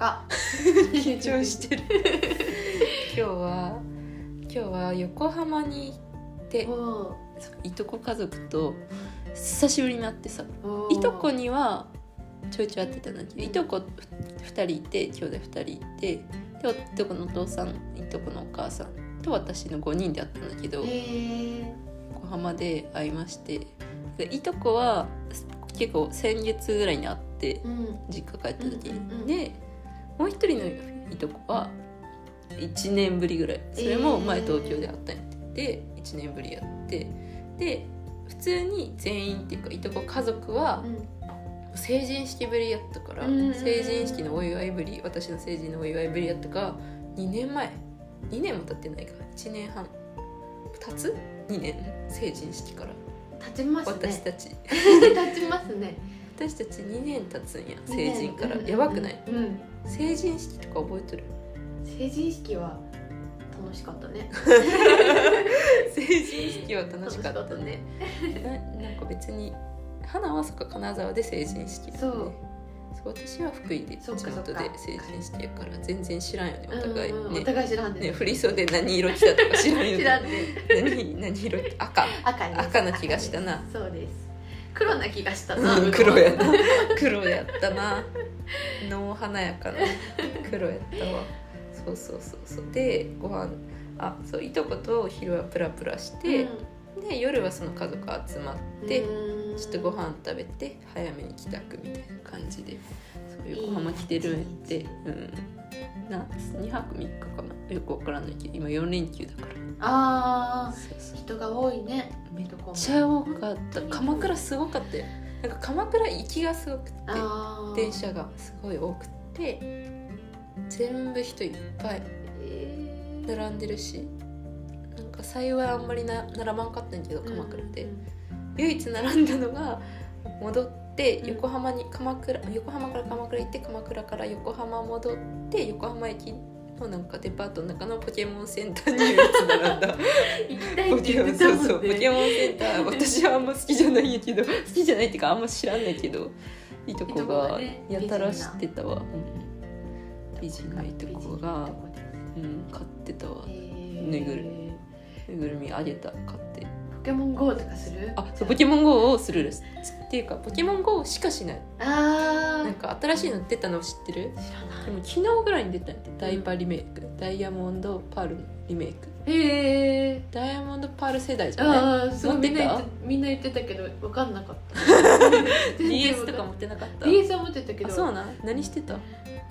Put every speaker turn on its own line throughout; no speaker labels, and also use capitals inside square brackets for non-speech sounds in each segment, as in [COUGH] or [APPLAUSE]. あ
緊張してる今日は今日は横浜に行って
お
いとこ家族と久しぶりになってさ
ー
いとこにはちょいちょい会ってたんだけどいとこ2人いて兄弟2人いてでいとこのお父さんいとこのお母さんと私の5人で会ったんだけど
へえ
横浜で会いましてでいとこは結構先月ぐらいに会って
うん
実家帰った時
うんうんう
に
ん
でもう一人のいとこは1年ぶりぐらいそれも前東京で会ったんやってで1年ぶりやってで普通に全員っていうかいとこ家族は
うん
成人式ぶりやったから、
うんうんうん
成人式のお祝いぶり私の成人のお祝いぶりやったから2年前2年も経ってないか1年半経つ2年成人式から、
立ちます
私
ね
たち
立ちますね
私たち2年経つんや [LAUGHS] 成人から、
うん
やばくない
うん
成人式とか覚えて [LAUGHS] る
成人式は楽しかったね
成人式は楽しかったね
楽
ななんか別に花はそっか金沢で成人式だね
そう
そう私は福井で地
そっかそっか
元で成人式やから全然知らんよねお互い
うんうん
ね
お互い知らんで
ね、振り袖何色着たとか知らんよ、ね、
知らんね
何何色着た赤
赤です
赤な気がしたな
そうです黒な気がしたな
うん黒やな黒やったなの華やかな黒やったわそうそうそうそうでご飯あそういとこと昼はプラプラして、で夜はその家族集まって、
うん
ちょっとご飯食べて早めに帰宅みたいな感じでそう横浜来てるんやって
いい
うんな2泊3日かなよくわからないけど今4連休だから
あ
そうそう
ー人が多いね
めっちゃ多かった鎌倉すごかったよなんか鎌倉行きがすごくて
あー
電車がすごい多くて全部人いっぱい
えー
並んでるしなんか幸いあんまりな並ばんかったんやけど鎌倉で、唯一並んだのが戻って
うん
横浜に鎌倉横浜から鎌倉行って鎌倉から横浜戻って横浜駅のなんかデパートの中のポケモンセンターに唯一並んだ
行きたい
ポ
って
ケ
言
モ
って
ン
たも
そうん
ね
そうポケモンセンタ [LAUGHS] ー私はあんま好きじゃないんやけど好きじゃないっていうかあんま知らんないけどいとこがやたら知ってたわ、うん、美人ないとこが、うん、買ってたわ
えー
ぬいぐるぬいぐるみあげた買って
ポケモン GO とかする
あそうポケモン GO をするですっていうかポケモン GO しかしない
あ
なんか新しいの出たの知ってる
ー知らな
で
い
も昨日ぐらいに出たんやってダイパリメイクダイヤモンドパールのリメイク
へえ
ダイヤモンドパール世代じゃない
ああすごい
持
み
っ
んな
て
言
た
ってみんな言ってたけど分かんなかった
[LAUGHS]
全然
DS
わ
とか
ん
持ってなかった
DS は持ってたけ
あそう
ど
なん何してた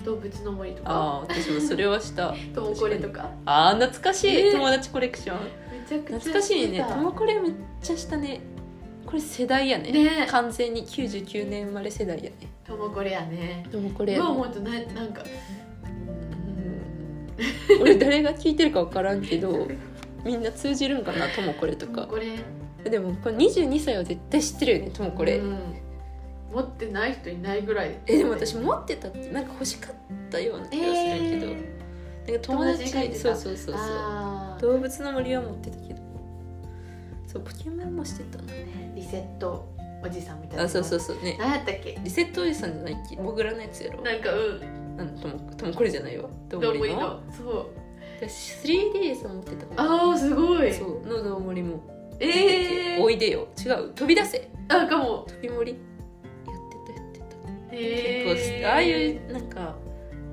動物の森とか
あー私もそれはした
トモコレとか
あー懐かしい、
ね
友達コレクション
めちゃくちゃ
懐かしいね
やって
ト
た
モコレめっちゃしたねこれ世代やね
ね
完全に99年生まれ世代やね
トモコレやね
トモコレ
今思うとななんか
俺誰が聞いてるか分からんけどみんな通じるんかな「ともこれ」と
トモ
か
コレ
でもこれ22歳は絶対知ってるよね「ともこれ
うん」持ってない人いないぐらい
えでも私持ってたってなんか欲しかったような気がするけど、
え
なんか友達
友達がいてた
そうそうそう
ー
そう
あー
動物の森は持ってたけどそうポケモンもしてたな
リセットおじさんみたいな
あそうそううそうね
何やったっけ
リセットおじさんじゃないっけモグラのやつやろ
なんかうん
なんともともこれじゃないわど
ど
う
う
も
もい
り
い
の
のそう
私 3DS 持ってたか
ああすごい
らそうのどうもりも
ええ
おいでよ違う飛び出せ
あかも
飛び盛りやってたやってた
え
結構ああいうなんか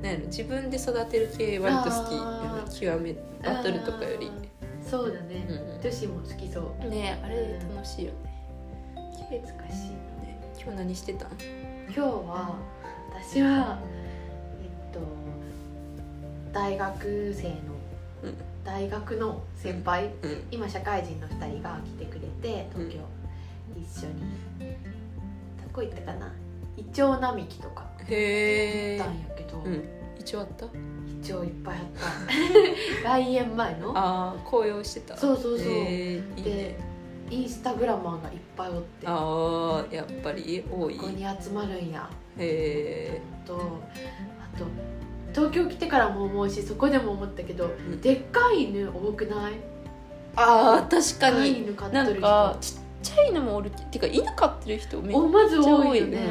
なんやろ自分で育てる系割と好き
あ
極めバトルとかより
あーそうだね、
う
女子も好きそ
んねあれ楽しいよね
う懐かしい
ね今日何してたん
今日は私はえっと大学生の、
うん
大学の先輩、
うん
今社会人の2人が来てくれて東京、一緒にどこ行ったかなイチョウ並木とか行
へ
ったんやけど、
うん一応あった
イチョウいっぱいあ [LAUGHS] った来園前の
ああ紅葉してた
そうそうそう、
へーいいね
でインスタグラマーがいっぱいおってこ
ああやっぱり多い
こに集まるんや
へえ
とあと東京来てからも思うしそこでも思ったけど、
ん
でっかい犬多くない
ああ確か
でっ
に
い犬飼って
なん
る人
かちっちゃいのもおるけてか犬飼ってる人めっ
おまず
めっちゃ
多
多
い
い
よ
よ
ね
ね、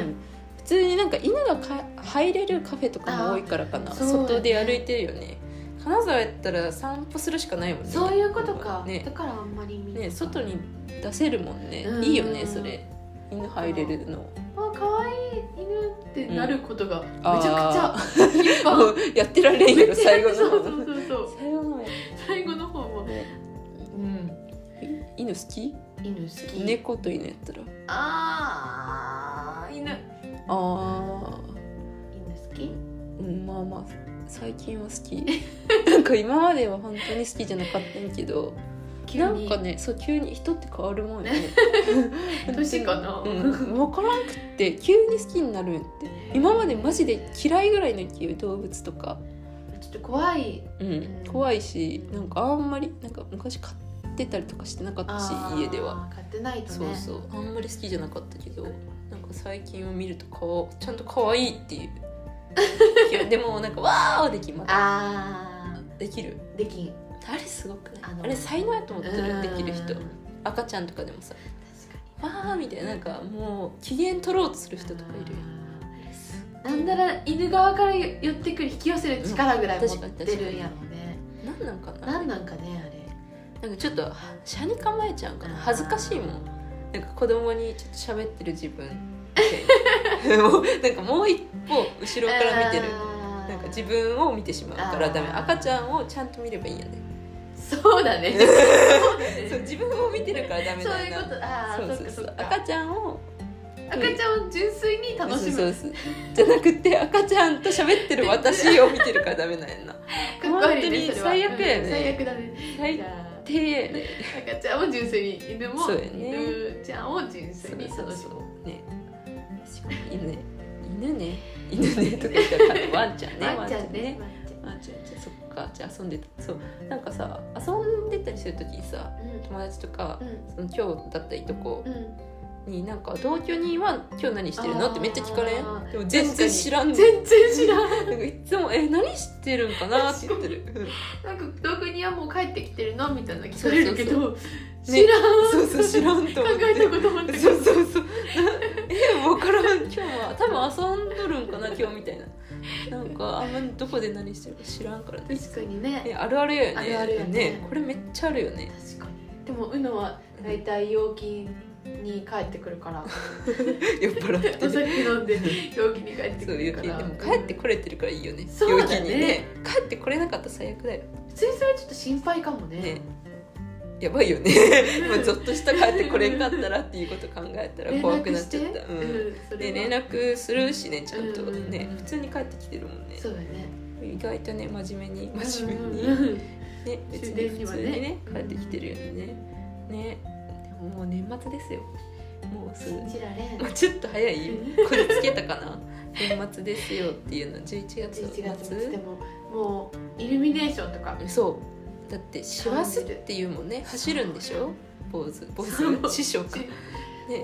普通になんか犬がか入れるカフェとかも多いからかな、
あーそうだね
外で歩いてるよね金沢やったら散歩するしかないもんね
そういうことか、
ね
だからあんまり見ない
ね外に出せるもんね
うん
いいよねそれ犬入れるの
あ可愛い犬ってなることがめちゃ
あー
くちゃ頻繁、
も [LAUGHS] うやってられんよ最後の
そう
方
そうそうそう
最後の方
最後の方も、
ね
うん、
犬好き
犬好き、
猫と犬やったら
あー犬犬
あ
好き
ーうんまあまあ最近は好き [LAUGHS] なんか今までは本当に好きじゃなかったんやけど
急
なん
に
かねそう急に人って変わるもんね
[LAUGHS] 年かな
うん、分からんくって急に好きになるんやって今までマジで嫌いぐらいの勢い動物とか、
ちょっと怖い
うん、怖いしなんかあんまりなんか昔飼ってたりとかしてなかったし
あー
家では
買ってないと
そ
ね
うそうあんまり好きじゃなかったけどなんか最近を見ると顔ちゃんと可愛いっていうい
[LAUGHS]
やでもなんか「わー!」はできま
あ
できる
ーできん
あれすごくない
あ
あ
の
れ才能やと思って
う
る
ん
できる人赤ちゃんとかでもさ
確か
「わー!」みたいななんかもう機嫌取ろうとする人とかいるよね
なんなら犬側から寄ってくる引き寄せる力ぐらい持ってるんやろね
なんなんかな
なんなんかね
なんかちょっと車に構えちゃう
あ
か
れ
な恥ずかしいもんなんか子供にちょっと喋ってる自 [LAUGHS] 分みたいなもうなんかもう一歩後ろから見てる
あー
なんか自分を見てしまうからダメ
あー
赤ちゃんをちゃんと見ればいいんやね
そうだ
[LAUGHS]
ねそうだね
そう [LAUGHS] 自分を見てるからダメ
そう
ないん
うこ
だ
とああそ
そうう
か
そ
そう
そうう
か
赤ちゃんを
赤ちゃんを純粋に楽しむ
そうそうそうじゃなくて赤ちゃんと喋ってる私を見てるからダメなんやな
かっこ悪いね
本当に
それは
最悪やね
うん最悪だね
最
じゃあ
低やね
赤ちゃんを純粋に犬も
そうやね
犬ちゃんを純粋に楽しむ
うね犬犬ね犬ねとか言ったらワンちゃんね
ワンちゃんね
ワンちゃんねそっかじゃあ遊んでたそうなんかさ遊んでたりする時にさ友達とか
うんうん
その今日だったいとこ
うん
になんか同居人は今日何してるのってめっちゃ聞かれ
あー
んでも全然知らんねん
全然知らん
なんかいつも「え何してるんかな?」って言ってるうん
なんか特にはもう帰ってきてるのみたいな聞かれるけど
そう
知らん、
そうそう知らんと
考
思って
えたこともなく
そうそうそうなえ分からん今日は多分遊んどるんかな今日みたいななんかあんまりどこで何してるか知らんからね
確かにね
ねあるあるやよね
あるあるやね
これめっちゃあるよね
確かにでもうのは大体陽気に帰ってくる [LAUGHS] から
酔っ払って
お
ね
酒飲んで陽気に帰って
そ
く
う陽
る
気
か
で
ら
も帰ってこれてるからいいよね
そうだね
陽気にね帰ってこれなかったら最悪だよ
普通にそれはちょっと心配かもね
ねやばいよねもうゾッとした帰ってこれんかったらっていうこと考えたら怖くなっちゃっ
連絡し
た
て
うん
うんそれ
で
は
連絡するしねちゃんと
うん
ね普通に帰ってきてるもんね
そうだね
意外とね真面目に真面目に
うんうん
ね
終
別に
電に
普
は
通
ね
にね帰ってきてるよねねでももう年末ですよもうすぐ
信じられん
もうちょっと早い
うん
これつけたかな年末ですよっていうの11
11
月
月
末
末でももうイルミネーションとか
そうだって師走っていうもんね走るんでしょ坊主坊
そう
主師匠かね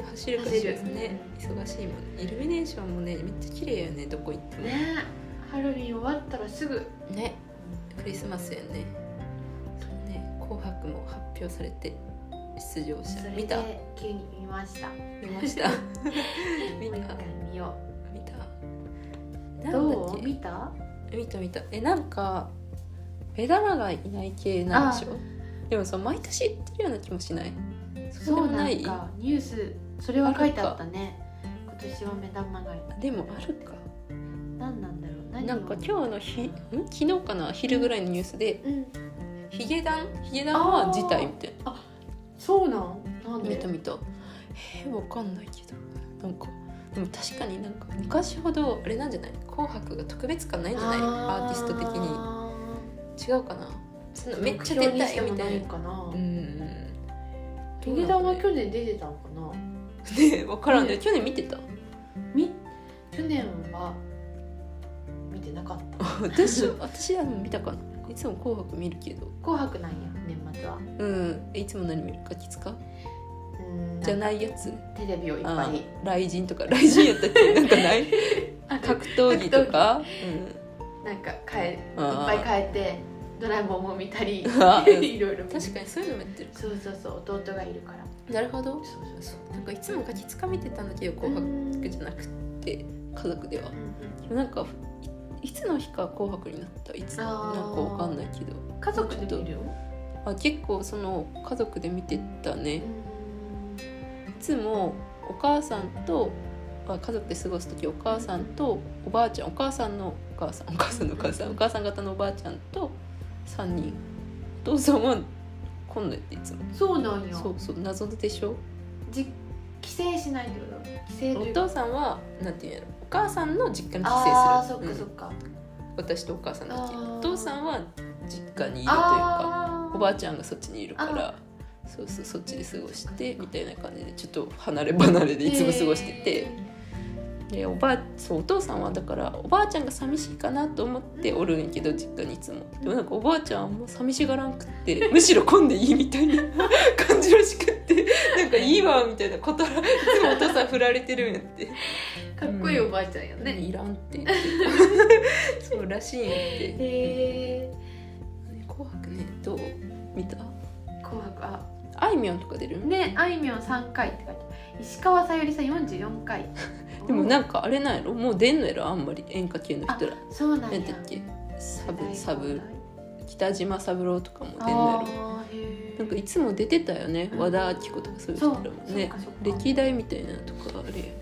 走るか
走
し
る
らね忙しいもんねイルミネーションもねめっちゃ綺麗よねどこ行っても
ねハロウィン終わったらすぐ
ねクリスマスやねそうね紅白も発表されて出場
そ
者
れ
見た
で急に見ました
見ました [LAUGHS] 見
もう一
た
回見よ
見
う
た
どう
見
見た
見た見たえなんか目玉がいない系なんでしょでもさ毎年言ってるような気もしない
そう
でも
なんかニュースそれは書いてあったね今年は目玉が
でもあるか
何なんだろう何を
なんか今日の日ん昨日かな昼ぐらいのニュースで
うん
ヒゲダンヒゲダンは辞退みたいな
そうなんなん
見た
で
見たえー、わかんないけどなんかでも確かになんか昔ほどあれなんじゃない紅白が特別感ないんじゃないアーティスト的に違うかなそんなめっちゃ出たいみたいな
かな
うん
ヒゲダンは去年出てたのかな
ね分からんね去年見てた
み去年は見てなかった
私私はでも見たかないつも「紅白」見るけど
紅白なんや年末は
うんえいつも何見るかきつか
うん
じゃないいやつ
テレビをいっぱ
あ
い
ー雷神とか雷神やったっけなんかない
あ
[LAUGHS] 格闘技とか
なんか変えいっ
あ
ぱ
ー
い変えてドラえもんも見たりい
[LAUGHS] あー
[LAUGHS] ろいろ見
うん、
た
確かにそういうのもやってる
そうそうそう弟がいるから
なるほど
そうそうそう
なんかいつもガキつか見てたんだけど「紅白」じゃなくて家族ではなんかいいつの日か「紅白」になったいつ
あ
なん
ー
かわかんないけど
家族で見るよ、
あ結構その家族で見てたね
う
いつもお母さんとあ家族で過ごす時お母さんとおばあちゃんお母さんのお母さんお母さんのお母さんお母さん方のおばあちゃんと3人お父さんは来んのやっていつも
んそうなんよ
そうそう謎でしょ
じ帰省しないってこと帰省
お
というか
父さんはなんていうんやろお母さんの実家に帰省する
ああそっか
うん
そっか、
私とお母さんだけ
あー
お父さんは実家にいるというか
あ
おばあちゃんがそっちにいるからそうそうそっちで過ごしてみたいな感じでちょっと離れ離れでいつも過ごしてて、でおばあそうお父さんはだからおばあちゃんが寂しいかなと思っておるんやけど実家にいつもでもなんかおばあちゃんはあんま寂しがらんくってむしろ混んでいいみた
[LAUGHS]
いな感じらしくってなんかいいわみたいなことらいつもお父さん振られてるんやって。
かっこいいおばあちゃんよね、
ね、いらん
[LAUGHS]
って言ってそうらしいんやって
へえ
紅白ねどう見た
紅白あ
あいみょんとか出る
ねあいみょん3回って書いてある石川さゆりさん44回
[LAUGHS] でもなんかあれなんやろもう出んのやろあんまり演歌系の人ら
そうなん
な
や
んだっけ
世
サ
代
ブ
交
サブ
代
北島三郎とかも出んのやろ
あーへー
なんかいつも出てたよね
うん
和田アキ子とかそういう
そう
人
そ
ら
う
も
そう
ね
かそうか
歴代みたいなのとかあれ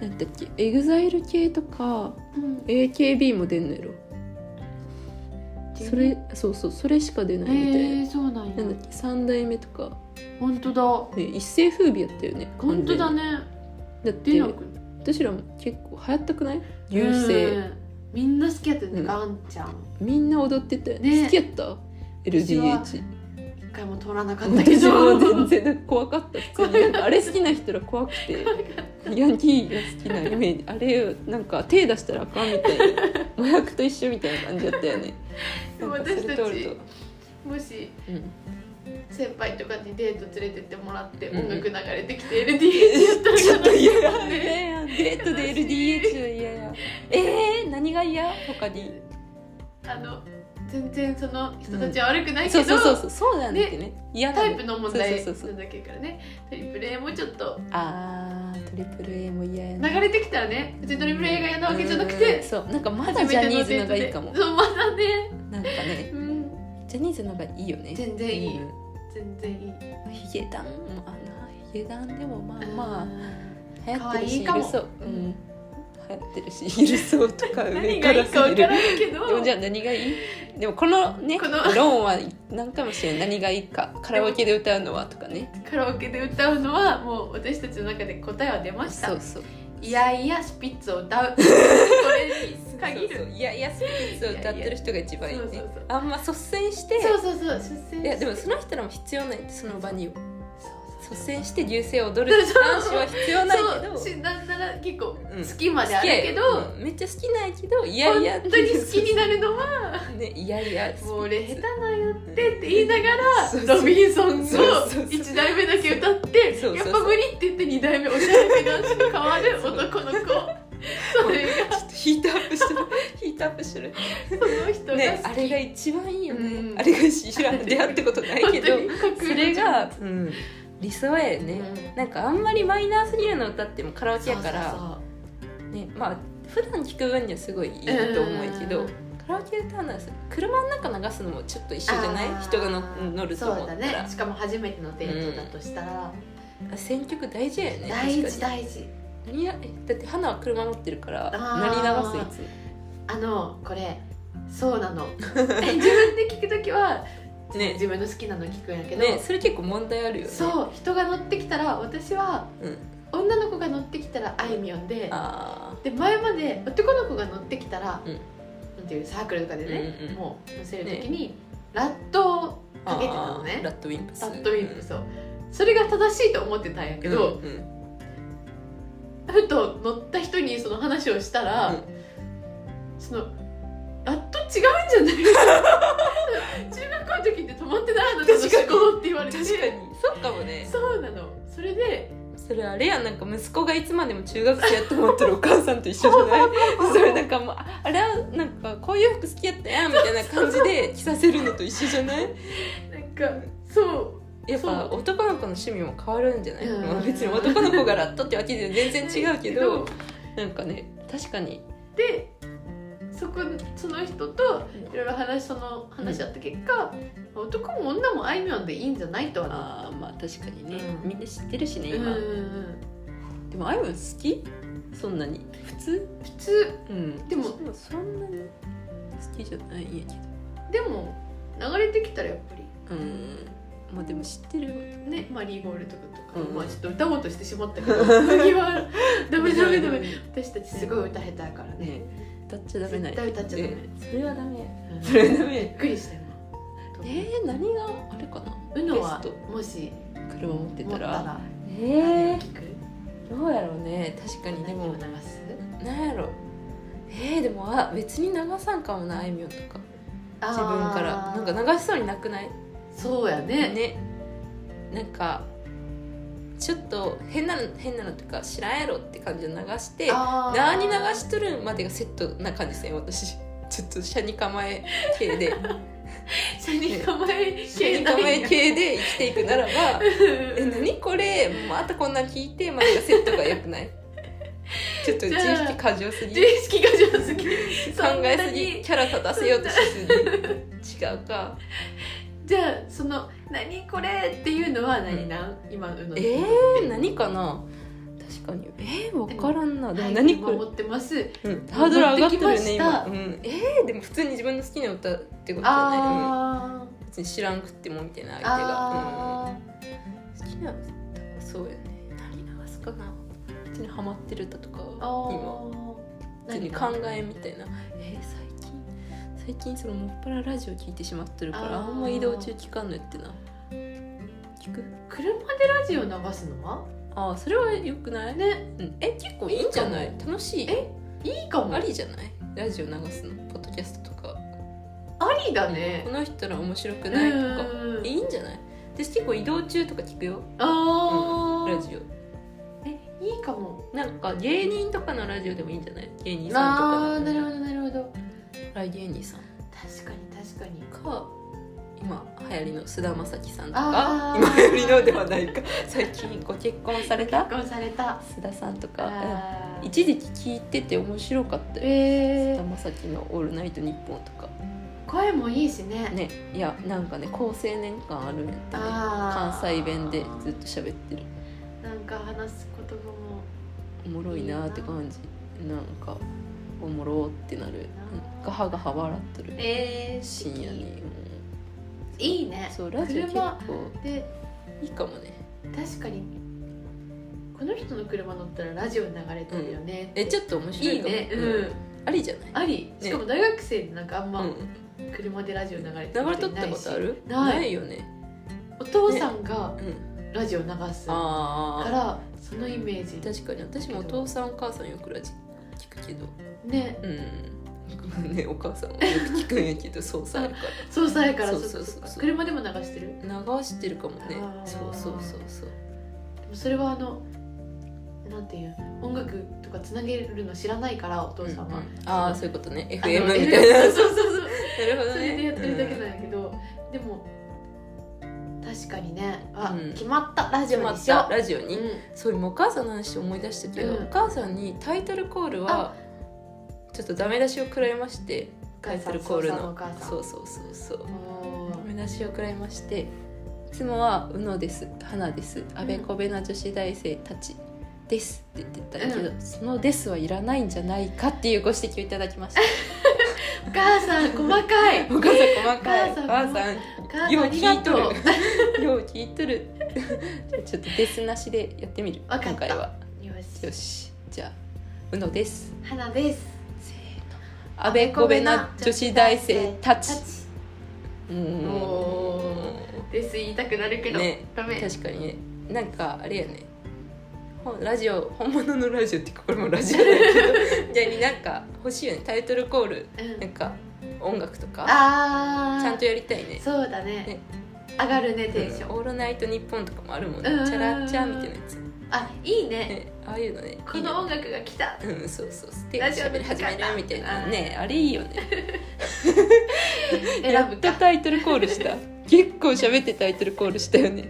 なんだっけエグザイル系とか
うん
AKB も出んのやろそれそうそうそれしか出ないみたいな、
へえそうなんや
なんだっけ3代目とか
本当だ
ね、一世風靡やったよね
本当だ
完
ね
全にだっ
出
て
なく
私らも結構流行ったくない優勢
うんみんな好きやったよね、
うん
ガンちゃん
みんな踊ってたよね
ね
好きやった
私は
LDH
一回も取らなかったけ
私
ど
も全然怖
[LAUGHS]
かった普通になんかあれ好きな人ら怖くてヤンキーが好きなイメージあれをなんか手出したらあかんみ
[LAUGHS]
たいな麻薬と一緒みたいな感じだったよね
でも
なんかそれ
私たち
通る
もし
と、うん
先輩とかにデート連れてってもらって
うん
音楽流れてきて LDH やったら
[LAUGHS] ちょっと嫌や
ね
ねデートで LDH は嫌やえー、何が嫌他に
あの全然その人たちは悪くないけ
そう
ど、
そうそうそうそうなんだってね嫌な
タ
ん
イ
だ
プの問題
そ
な
うそうそうん
だけからねトリプル A もちょっと
あートリプル A も嫌や
流
な
れてきたらね別にトリプル A が嫌なわけじゃなくて
うんそうなんかまだジャニーズのがいいかも
初めてのデートでそうまだね、
なんかね
うん、
ジャニーズのがいいよね
全然いい
うん
全然いい
ヒゲダンもあなヒゲダンでもまあ
う
ま
ん
あ流行ってるし
可愛いかも
許そう、う
うん
ん、流行ってるし許そうとか
何
上
が
か
いい
ら
かわ
す
か
ぎ
ら
る
んけど
でもじゃあ何がいいでもこのね
こ
こ
の
の論は何かもしれない何がいいかカラオケで歌うのはとかね
カラオケで歌うのはもう私たちの中で答えは出ました
そうそう
いやいやスピッツを歌
[LAUGHS]
うこれに限る
そうそういやいやスピッツを歌ってる人が一番いいね
いやいやそうそうそう
あんま率先して
そうそうそう出世
いやでもその人らも必要ないってその場に
そう
率先して流星を踊る男子は必要ないけど
そうしなんなら結構
うん
好きまであるけど、
好きやようんめっちゃ好きなんやけどいやいや
本当に好きになるのは
ねいやいや
もう俺下手なんやっ
手
てって言いなが
そう
ら
そう
ロビンソンを
そうそうそう
1代目だけ歌って
そうそうそう
やっぱ無理って言って2代目おしゃれな男子に変わる男の子それが
ちょっとヒートアッ
[LAUGHS]
プしてるヒートアップしてる
その人が好き、
ねあれが一番いいよね、
うん
あれが一緒に出会ったことないけど
本当に架空
そ
の
れが、うん理想やよ
う
ね、
ん
なんかあんまりマイナーすぎるの歌ってもカラオケやから
そうそう
ねまあ普段聞く分にはすごいいいと思うけど、
うん
カラオケ歌うのはさ車の中流すのもちょっと一緒じゃない
あー
人がの乗ると思った
そう
ら、
だねしかも初めてのデートだとしたら、
あ選曲大事やよね
大事
確か
大事
に何やえだって花は車持ってるから
あー
何流すい
あのこれそうなの [LAUGHS] え自分で聞く時は
つね
自分の好きなの聞くんやけど、
ねそれ結構問題あるよね
そう人が乗ってきたら私は
うん、
女の子が乗ってきたらあいみょんで
あ
で前まで男の子が乗ってきたら、
うん
なんていうサークルとかでね、
うんうん
もう乗せる時に、ラットを
ー
かけてたの
あ
ね
ー
ラ
ラッドウィンプス
ットウィンプスを、それが正しいと思ってたんやけど、
うんうん
ふと乗った人にその話をしたら、
うん
そのあっと違うんじゃない中学校の時って止まってないの
確かに
この思考って言われて
確かにそうかもね
そうなのそれで
それあれやんなんか息子がいつまでも中学生やと思ってるお母さんと一緒じゃない [LAUGHS] [LAUGHS] それなんかもうああれはなんかこういう服好きやったやんみたいな感じで着させるのと一緒じゃない
なんかそう
やっぱ
そ
男の子の趣味も変わるんじゃない、
うん
まあ別に男の子がラットってわけで全然違うけどなんかね確かに
でそこその人といろいろ話その話し合った結果、男も女もあいみょんでいいんじゃないとはな
あーまあ確かにね、
うん
みんな知ってるしね
うんう
今、
んうん
でもあいみょん好きそんなに普通
普通
うん
でも
そんなに好きじゃないんやけ
でも流れてきたらやっぱり
どうんまあでも知ってる
ねマリーゴールドとかとか、
うん
まあちょっと歌おうとしてしまったけ
[LAUGHS]
ど次はダメダメダメ
ね
私たちすごい歌下手やからね
歌っちゃダメない
絶対歌っちゃダメ、
ねそれはダメ
うん
それはダ
び
メ
っくりしたよ
えー、何があれかな
うのは
ゲス
もし
ト車持って
持
た
った
ら
ら
え
何を聞く
ー、どうやろうね確かにで
何を
も
流す
なんやろえー、でもあ別に流さんかもなあいみょんとか自分からなんか流しそうになくない
そうやね
ねなんかちょっと変なの変なのとか知らんやろって感じで流して
あー
何流しとるんまでがセットな感じですね私ちょっと車に構え
[LAUGHS]
系で
車に構え
車に構え
[LAUGHS]
系で生きていくならばえ何これまたこんなん聞いてまでがセットが良
[LAUGHS]
くないちょっと
じ
自
ゃあ
意識過剰すぎ
自意識が上手き
考えすぎキャラ立たせようとしすぎ違うか
じゃあその「何これ!」っていうのは何なん、今うの
えー、何かな確かにえー、分からんなでも
はい
何これ
守ってます
うんハードル上がってるよね
戻
今、
って
うん、えー、でも普通に自分の好きな歌ってことじゃない、
あ
うん、別に知らんくってもみたいな
ー
相手が、
あ
うん、好きな歌そうよね何流すかな普通にハマってる歌とか
ー
今
あー
普通に考えみたいなえー、最近最近そのもっぱらラジオ聞いてしまってるから
あー
あんま移動中聞かんのやってな聞く
車でラジオ流すのは
ああそれはよくない、
ね
うん、え結構いいんじゃない
いいか
楽しい
えいいかも
あ
あり
りじゃないラジオ流すのポッドキャストとか
だね
この人ら面白くないとか
うん
いいんじゃない私結構移動中とか聞くよ
あー
ラジオ
えいいかも
なんか芸人とかのラジオでもいいんじゃない芸人
あ
さ
あ
んと
な
か
るほ
の
どなるほど
お笑い芸人さん
確かに確かに
か今流行りの菅田将暉さんと
あー
か今流行りのではないか [LAUGHS] 最近ご結婚された
結婚された
菅田さんとか、
あ
うん
ー
一時期聞いてて面白かったよ
え
菅
ー
田将暉の「オールナイトニッポン」とか
声もいいしね
ねいやなんかね好青年感あるんやったね
あ
関
ー
西弁でずっと喋ってる
なんか話す言葉も
おもろいなーって感じなんかおもろーってなるうんガハガハ笑っとる
えー
深夜に
いい
うん
ね
そうラジオ結構
車で
いいかもね
確かにこの人の車乗ったらラジオ流れてるよね、
えちょっと面白
い
い
い
かも
ねうん、
うんありじゃない
ありしかも大学生でなんかあん
う
ま
ん
車でラジオ流れて
流れ
る人
とっ
いな
た
い
こ
し
とある
ない
ないよね
お父さんが
うん
ラジオ流すか
あ
らそのイメージ
あ確かに私もお父さんお母さんよくラジオ聞くけど
ね
うんねお母さんもよく聞くんやけど操作あるから
そうさやから
そう
そっか
そうそう
そっか
そう
車でも流してる
流してるかもね
あー
そうそうそうそう
でもそれはあのなんていう音楽とかつなげるの知らないからお父さんは、
うんああそういうことね FM み
あの
たいなな
[LAUGHS]
る
そうそうそう
ほどね
それでやってるだけなんやけど、でも確かにねあ、
うん
決まったラジ
始
オ
ま
に
っ
しよ
たラジオ
う、
に、
うん、
そう今お母さんの話思い出したけど、
うん
お母さんにタイトルコールはちょっとダメ出しを食らいましてタイトルコールの
お母さん
そうそうそうそう
お
ダ
ー
メ出しを食らいましていつもは「うのです」「花です」「あべこべな女子大生たち」ですって言ってたけど、その「です」はいらないんじゃないかっていうご指摘をいただき
[LAUGHS]
ました
お母さん細かい
お母さん細かい
お母さん
お母さん
お
[LAUGHS]
母さん
よう
あり
聞
が
いと
とう
る [LAUGHS] よう聞いとるじゃあちょっとデスなしでやってみる
わかった
今回は
よ
よ
し
しじゃあうのです
花です
せーのあべこべな女子大生たちうーん
おです言いたくなるけど、
ね
ダメ
確かにねなんかあれやねほんラジオ本物のラジオってこれもラジオだけ
[LAUGHS]
どじゃあになんか欲しいよねタイトルコール
うん
なんか音楽とか
あー
ちゃんとやりたいね
そうだね
ね
上がるね
うん
テンション、
オールナイトニッポン」とかもあるもんね
うんうんうんうん
チャラチャみたいなやつ
あいいね
ねああいうのねいいね
この音楽が来た
うん、そうそうで
ラジオ
喋
の
り
時間
始める
だ
みたいなねあれいいよね
選ぶ
や
か
っとタイトルコー
[LAUGHS]
ルした結構喋ってタイトルコールしたよね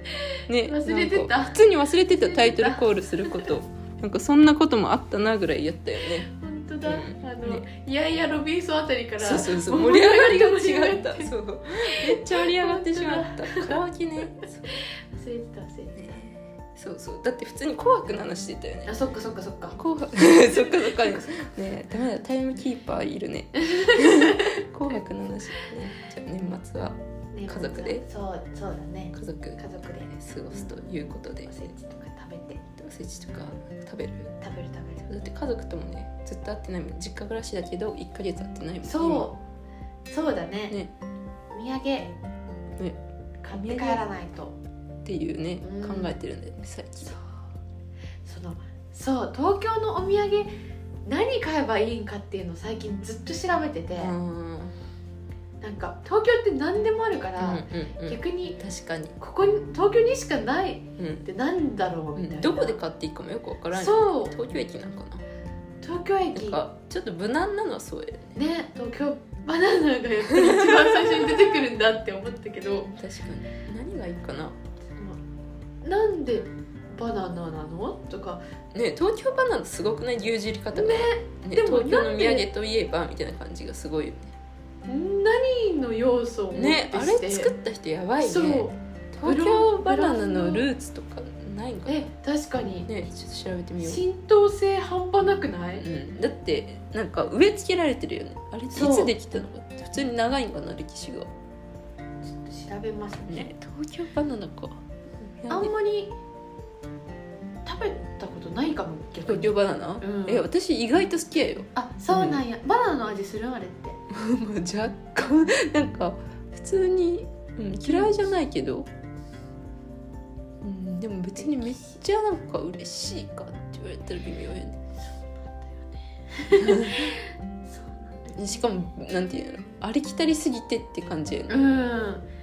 ね
忘れてた
なんか普通に忘れてたタイトルコールすることなんかそんなこともあったなぐらいやったよね
本当だ、
うん
あの、いやいやロビンソンあたりから
そうそうそう
もう
盛り上がりが違
盛り上がっ
った
て
そうめっちゃ盛り上がってしまった怖きね
忘れてた忘れて
そうそうだって普通に紅白の話してたよ
た
ね
あそっかそっかそっか
紅白 [LAUGHS] そっかそっかねえダメだタイムキーパーいる
[LAUGHS]
ね紅白の話ねじゃあ年末は
ね
家族で
そうそうだね
家族で
家族で
過ごすということで
おせちとか食べて
おせちとか食べる
食べる食べ
だっ
る
て家族ともねずっと会ってないもん実家暮らしだけど1ヶ月会ってないもん
そうそうだね
ね
お土産買って帰らないと
今っていうね
うん
考えてるんだよね最近
そうそのそう東京のお土産何買えばいいんかっていうのを最近ずっと調べてて、
あー
なんか東京って何でもあるか
うん
ら、
うんうん
逆に
確かに、
ここに東京にしかないっ
うん
てなんだろう
う
みたいな、
ん、どこで買っていいかもよくわからない
そう
東京駅なんかな
東京
な
駅
んかちょっと無難なのはそうやよね
ね東京バナナがやっぱり一番最初に出てくるんだって思ったけど
確かに何がいいかな
なんでバナナなのとか
ね東京バナナすごくない牛耳り方が
ね
ね
でも
東京
な
の
ん
土
で
産といえばみたいな感じがすごいよ
何の要素を
ね
持って
ねあ
して
れ作った人やばい
そう
ね東京バナナのルーツとかないんかな
え確かに、
ねちょっと調べてみよう、
浸透性半端なくない、
うん、だってなんか植え付けられてるよねあれってい
そう
つできたのかって普通に長いんかな歴史が
ちょっと調べますね
ね東京バナナか
あんまり食べたことないかも逆
東
に
京バナナ、
うん
え私意外と好きやよ
あそうなんや、バナナの味するあれって
もう若干 [LAUGHS] なんか普通に、うん、嫌いじゃないけど、うん、でも別にめっちゃなんか嬉しいかって言われたら微妙やね
そうなんだよ
しかもなんていうのありきたりすぎてって感じやね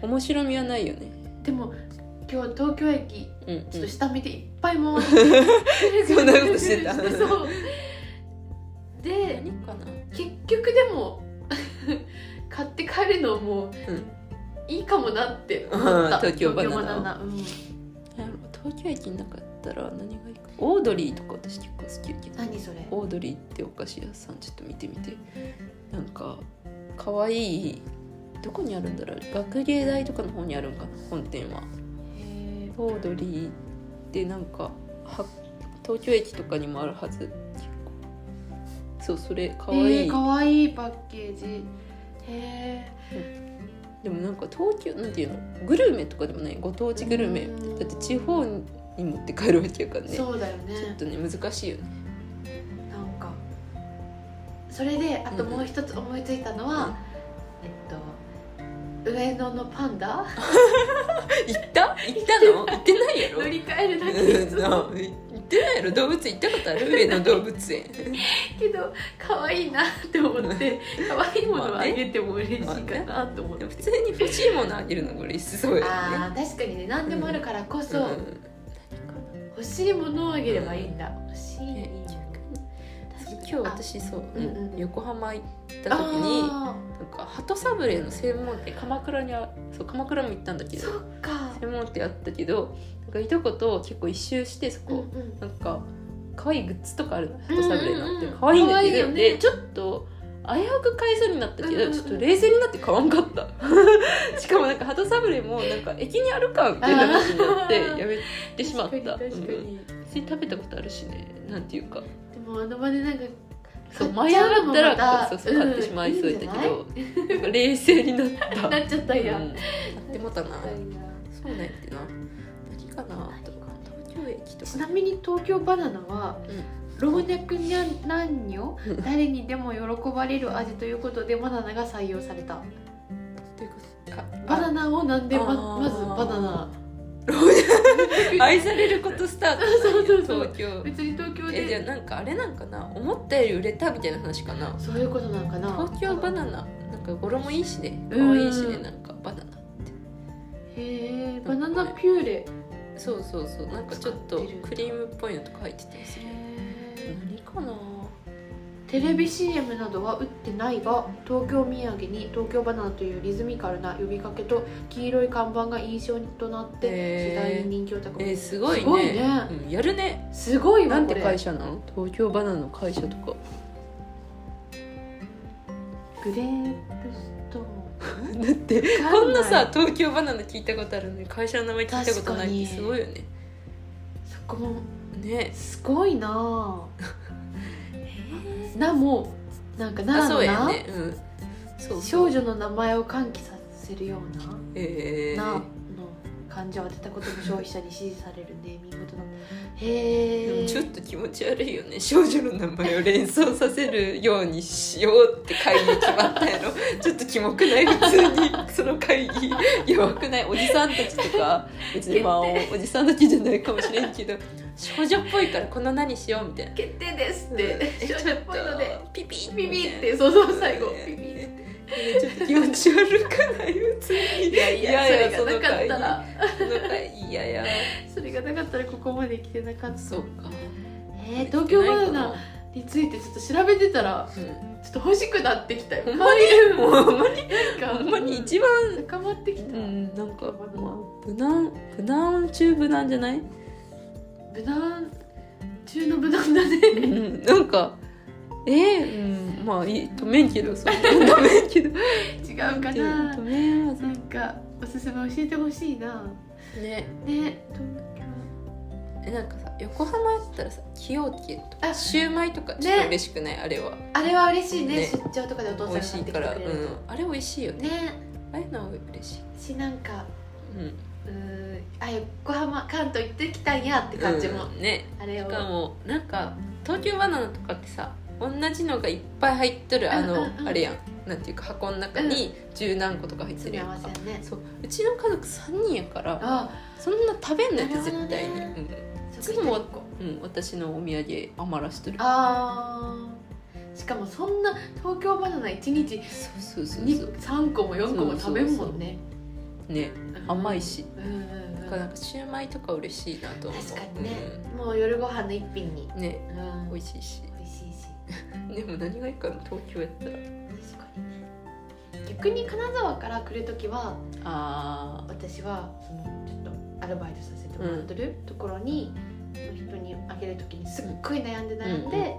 う
面白みはないよね
んでも今日東京駅
うん、うん
ちょっと下見ていっぱい回って、
[LAUGHS] そんなことしてた
そうで
何かな
結局でも [LAUGHS] 買って帰るのも
うん
いいかもなって思った、
うん東京バナナ
東うん
なんやろ東京駅の中だったら何がいいかオードリーとか私結構好きやけど
何それ
オードリーってお菓子屋さんちょっと見てみてなんか可愛いどこにあるんだろう学芸大とかの方にあるんかな本店は
へ
オードリーってなんかは東京駅とかにもあるはず結構そうそれ可愛い、
えー、かわいいパッケージへ
でもなんか東京なんていうのグルメとかでもないご当地グルメ
うん
だって地方に持って帰るわけやから
え、
ねちょ
そうだよ
っ
ね
とね難しいよね
なんかそれであともう一つ思いついたのは、
うん
えっと上野のパンダ
行った行ったの行ってないやろ
乗
[LAUGHS]
り換えるだけいつも
行ってないやろ動物園行ったことある上野動
[LAUGHS]
物園
けど可愛いなって思
[LAUGHS]
って可愛いものをあげても嬉しいかなと思って、
でも普通に欲しいものあげるのが嬉しそうやね
あー確かにね何でもあるからこそ、
ん
欲しいものをあげればいいんだ、欲しい
ね
確か
今
に
日私そう、
うんうん
横浜行った
あ
時になん
あ
か鳩サブレーの専門店鎌倉にあそう鎌倉も行ったんだけ
ー
ど
そっか
専門店あったけどなんかいとこと結構一周してそこ、
うんうん
なんか可愛いグッズとかあるの鳩サブレーのって
うんうんうん
可愛いんだ
可愛い
け
よ
ど、
ね
でちょっと危うく買いそうになったけど、
うんうんうん
ちょっと冷静になって買わんかったしかもなんか鳩サブレーもなんか駅にあるかみたいな話になって
あー
やめてしまった
確かに確か
うん
に、
普通に食べたことあるしねなんていうか
でもあの場でなんか
そう
買
舞
っ
い
ち
上
ゃう
が
の
っ
もま
た
た
らそうそう買ってしまいそうやったけど、なんか冷静になった
うんいいんじゃないなっちゃったんや、
うんなってもたなそうなんやってな何か
何
な
かな
東京駅と
ち
か
なみに東京バナナは、老若にゃ男女
うん
誰にでも喜ばれる味ということでバナナが採用された
どういうことか
バナナをなんでま
[LAUGHS] あー
まずバナナ
[LAUGHS] 愛されることスタート
そうそうそう
東京
別に東京
えじゃあ
で
なんかあれなんかな思ったより売れたみたいな話かな
そういうことなのかな
東京バナナなんか語呂もいいしね可
うん
愛いしねなんかバナナ
へえバナナピューレ
そうそうそうなんかちょっと
使ってる
クリームっぽいのとか入ってたりする
へ
何かな
テレビ CM などは打ってないが東京土産に東京バナナというリズミカルな呼びかけと黄色い看板が印象となって
へ
次
ー
第に人気を高
え
め
ー、すごいね
すごいね
うん、やるね
すごいわ
なん
こ
て
れ
会社なの東京バナナの会社とか
グレープストーン
だって
わ
[LAUGHS] こ
か
ん
ん
な
な
さ
さ
東京バナナ聞いたことあるのに会社の名前聞いたことない
確かに
ってすごいよね
そこも
ね
すごい
[LAUGHS]
な
え
ぁなもうなんか
あ
奈
そ
良
う
の
や
な、
ねうんそうそう
少女の名前を喚起させるような
え
な
ー
の患者を当てたことも消費者に支持されるネーミングとなって
で
へ
も
え
ちょっと気持ち悪いよね少女の名前を連想させるようにしようって会議決
[LAUGHS]
まったやろちょっとキモくない普通にその会議やばくないおじさんたちとか別にまあおじさんだけじゃないかもしれんけど少女っぽいからこの何しようみたいな
決定ですっ
で
て
[LAUGHS]
少女っぽいので
ピピッ
ピピってそうそう最後ピピって
ちょっと気持ち悪くない普通にいや
いやそれがなかっ
そ
た
の
ら
会議いやいや
それがなかったらここまで来てなかった
そうか
えー、東京バナナについてちょっと調べてたら
うん
ちょっと欲しくなってきたよ
ほん
こういう
もうあんまり
なんか
ほんまに一番
高まってきた、
うんなんか
バナナ
まあ無難無難中無難じゃない、
無難中の無難だね
うん、なんかえー、うん、まあいいとめんけどそうとめんけど
違うかな
とめんは
なんかおすすめ教えてほしいな
ね
ね
えなんかさ横浜やったらさ崎陽軒とか
あ
シューマイとかちょっと嬉しくない、あれは
あれは嬉しいね
ね
出張とかでお父さん
美味しい
が
か
買
ら、
っ
う
てき
ん
てくれると、、
あれ美味しいよね
ね
あれのは嬉しい、
しなんか
うん、
うーんあ横浜関東行ってきたんやって感じも、
うんね
あれ
し
を
かもなんか東京バナナとかってさ同じのがいっぱい入っとるあの、
うんうんうん
あれやんなんていうか箱の中に十何個とか入って
詰
る
め
や
合
んか
わせやね
そううちの家族3人やから
あ
そんな食べんないって絶対に、
なるほ
い
そ
つ
こ
もうん、うん、私のお土産余らしとる
あーしかもそんな東京バナナ1日
そうそうそう
に
そう
3個も4個も食べんもんね
ね甘いし
うんうんうん
だからなんかシューマイとか嬉しいなと思う
確かにね、もう夜ご飯の一品に、
うん、ね
うん、美味
美味しいし
しいし
でも何がいいかな東京やったら
確かにね逆に金沢から来る時は
あ
私はそのちょっとアルバイトさせてもらってるところに、その人にあげる時にすっごい悩んで悩んで、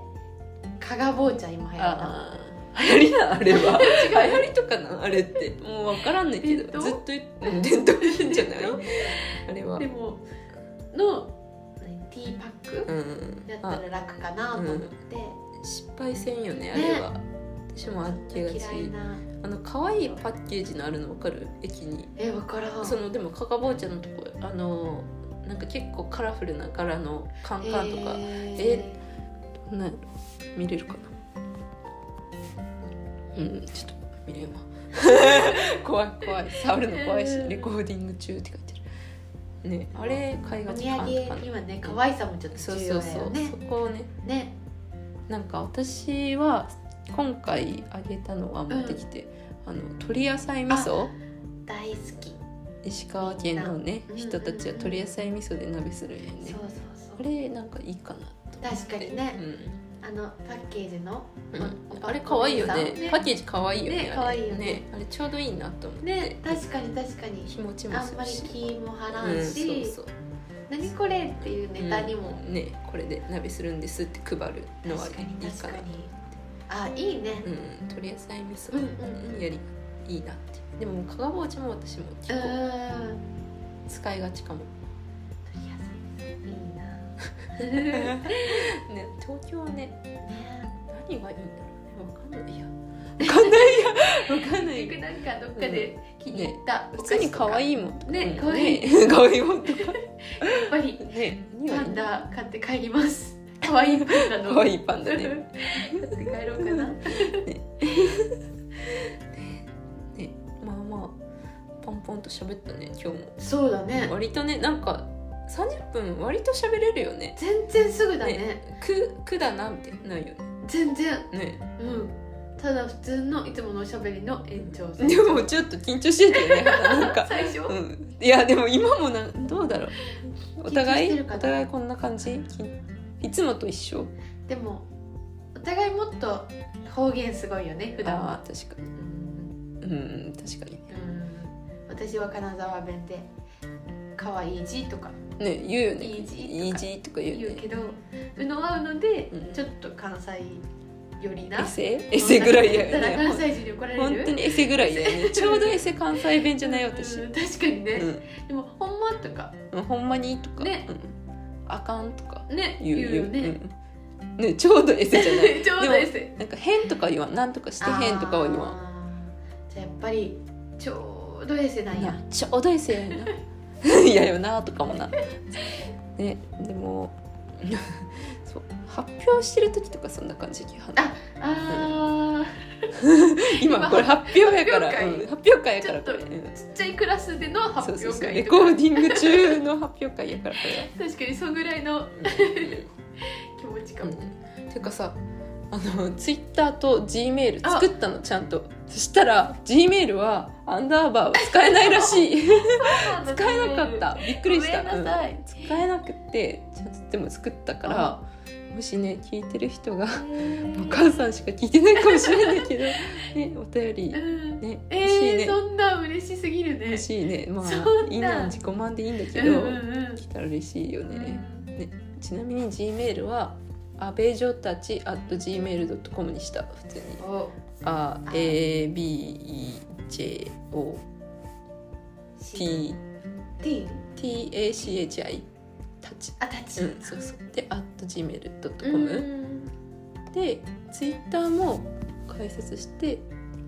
加賀坊ちゃん今流行
ー
った
あー流行りなあれ
[LAUGHS]
は流
違う
行りとかなあれってもう分からんねんけど
伝統
ずっと言ってうん伝統品じゃない
[LAUGHS]
あれは
でもの何ティーパック
うん
だったら楽かなと思って、
失敗せんよねあれは、私もあっけがち
嫌いな
あの可愛いパッケージのあるの分かる駅に
え分からん
そのでもかかぼうちゃんのとこあのなんか結構カラフルな柄のカンカンとか
え
なんやろ見れるかなうんちょっと見れんわ [LAUGHS] 怖い怖い触るの怖いし
うん
レコーディング中って書いてるねあれ買いが
お
ち
土
パンとか
産にはね可愛さもちょっと
そう
重
そ
要
う
だ
そ
よ
う、
ね
そこをね
ね
なんか私は今回あげたのは持ってきて、あの鶏野菜味噌
大好き
石川県のね
うんうんうん
人たちは鶏野菜味噌で鍋するんやね
そうそう
あ
そう
れなんかいいかなと思って
確かにねあのパッケージの
うん
お
うん、
パ
あれ可愛いよね
ね
パッケージ可愛いよね
ね
あれ
可愛いよね
あれちょうどいいなと思って、
ね確かに確かに
日持ちも
あ
す
んま
る
り
し
気も張らんし、
うん、そうそう
何これっていうネタにも、
うんねこれで鍋するんですって配るのは
確かに
いい
確
か
か
な
にあいいね、
うん鶏野菜味噌、
うんうんうん
やりいいなってでもかがぼうちも私も
う
結構
ーん
使いがちかも、
取りやすいいいな
ね東京ね
ね
何がいいんだろうねわかんない
[LAUGHS]
やわかんないやわかんない
結局なんかどっかで気に入った、
普通に可愛
い
いもんとか
ね
うん
可愛い
ね可愛いもんとか
やっぱり
ね
パンダ買って帰ります可愛いパンダの
可愛いパンダね
買って帰ろうかな
ね [LAUGHS] まあまあポンポンと喋ったね今日も
そうだね
割とねなんか30分割と喋れるよね
全然すぐだね
苦苦だなみたいなないよ
全然
ねね
うんただ普通のいつものおしゃべりの延長
でもちょっと緊張してたよねなんか
最初、
うんいやでも今もなどうだろうお互
緊張して
い
るか
お
な
互いこんな感じきいつもと一緒
でもおお互いもっと方言すごいよね普段は
あー確かにうんうん確かに
うん私は金沢弁で「可愛い字」とか
ね言うよね
いい字とか
いい字とか言う
言う
よね
けど「うのはうの」で
うん
ちょっと関西寄りな
エセエセぐらいだよ
だから関
ね
西人に怒られる
本当にエセぐらいだよ [LAUGHS] ねちょうどエセ関西弁じゃない私
うん確かにね、
う
でも「ほんま」とか
んうんほんまにとか
ね
うんあかんとか
ね
言
言
う
うよね、
うんねちょうどエセじゃな
[LAUGHS]
い
ちょうどエセ
なんか変とか言わんなんとかして変とかは言わん
あーじゃあやっぱりちょうどエセなんや
なちょうどエセや
[LAUGHS]
な嫌よなとかもなねでも [LAUGHS] そう発表してる時とかそんな感じ
あ
今これ発表やから
発表会
うん発表会やからこ
ちょ
れ
っと
うん
ーちっちゃいクラスでの発
そう
表
そうそうレ
会
コーディング中の発表会やからこ
確かにそんぐらいの
れ
気持ちか
う
も、
んていうかさあのツイッターと G メール作ったのちゃんとそしたら G メールはアンダーバーは使えないらし
[LAUGHS]
い使えなかったびっくりした
ごめんなさい
うん使えなくてちゃんとでも作ったからもしね聞いてる人が [LAUGHS] お母さんしか聞いてないかもしれないけど、ね、お便り、
う
ね、
んえ
欲しい
ー、
ね
そんなん嬉しすぎるね
欲しいねま
そん
あ
ない
いな自己満でいいんだけ
うん
ど、
うんうん
来たら嬉しいよね、
うん
ちなみに G メールはアベジョたち at gmail.com にした普通に
お
RABEJOTTACHI
C T
たち
あたち、
うんそうそうで at
う
gmail.com
ん
でツイッターも解説して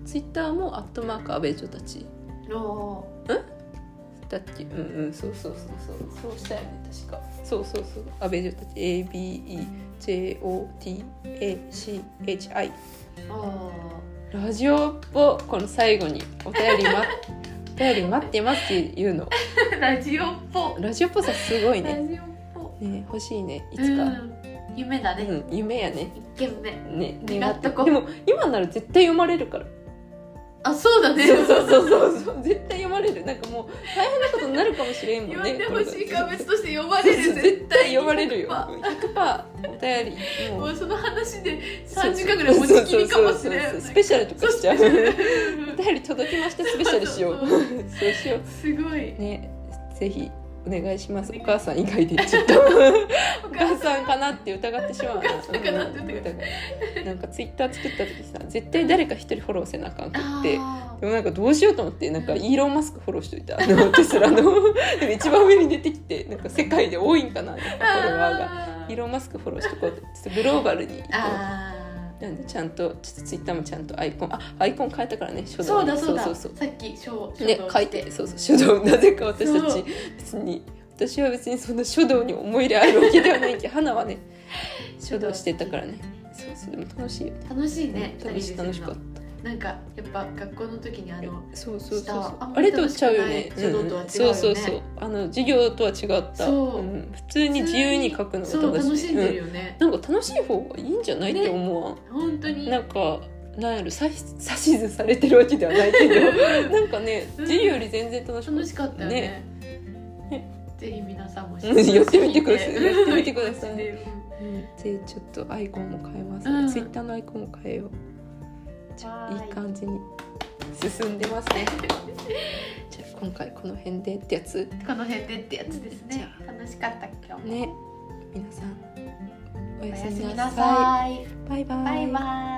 ツイッターもアットマークアベジョたち
お
だっけうんうんそうそうそうそうそうしたよね確かそうそうそうアベジョたち ABEJOTACHI
ー [LAUGHS] お
ラジオをこの最後にお便り,、ま、 [LAUGHS] お便り待ってますっていうの
ーラジオっぽ
ラジオっぽさすごい
ラ
ね
ジオっぽ
ね欲しいねいつ
う
か、
ん夢だ
う
ね、
ん、夢やね
一軒目
ね
願っとこう
でも今なら絶対読まれるから
あ [LAUGHS] そうだね
そうそうそうそうそう絶対読まれるなんかもう大変なことになるかもしれんもん
呼 [LAUGHS]
ね
んでほしいか別
そ
と
う
して呼ば
そう
れる
絶対読まれるよ
100%
100%お便りも
も
う
うその話で3時間ぐらい持ちきりかもしれ
そうそうそうそう
ない
スペシャルとかしちゃう
そう
[LAUGHS] お便り届きましたスペシャルしよう
そう
[LAUGHS] そうしよう
すごい
ねぜひお願いします
お
お
願い
母さん以外でちょっと
[LAUGHS] お
お母さんかなって疑ってしまうな
お母さんかなって疑う
うんなんかツイッター作った時さ絶対誰か一人フォローせなあかんくって
あ
でもなんかどうしようと思ってなんかイーロン・マスクフォローしといたあのテスラのでも一番上に出てきてなんか世界で多いんかなフ
ー
ォロワーが
あ
イ
ー
ーロン・マスクフォローしとこうってちょっとグローバルに
あ
なんでちゃんとちょっとツイッターもちゃんとアイコンあアイコン変えたからね
ー
初動
そうだそうだ
そうそう
さっき書書
ね
道、
書いてそうそう書道 [LAUGHS] なぜか私た
そ
ち
う
別に私は別にそんな書道に思い入れあるわけではないけど [LAUGHS] 花はね書道してたからねそうそうでも楽しいよね
楽しいね
楽し
二人で
楽しかっ
なんかやっぱ学校の時にあ
た
の
そうそう
した
そうそう
あん
あ
まり
れとちゃうよね
楽しくない書道とは違うよね
そうそうそうあの授業とは違った、
そうん
普通に自由に書くの
そう楽
が楽し
し
い
んでる
うん
よね、
なんか楽しい方がいいんじゃない、
ね
って思わん
本当に
なんかなんやろ指し指図されてるわけではないけど
[LAUGHS]
なんかね
うん
授業より全然楽しかっ
楽
た
しかったよね
ね
[LAUGHS] ぜひ皆さんも
うんやってみてくださいやってみてください
うん
でちょっとアイコンも変えます、
うん
ツイッターのアイコンも変えようちょ
はーい
いい感じに進んでますね [LAUGHS] じゃあ今回この辺でってやつ
この辺でってやつですね楽しかった今日も
ね皆さんお
おや
やす
す
み
み
な
な
さ
さい
いバイバイ
バイバイ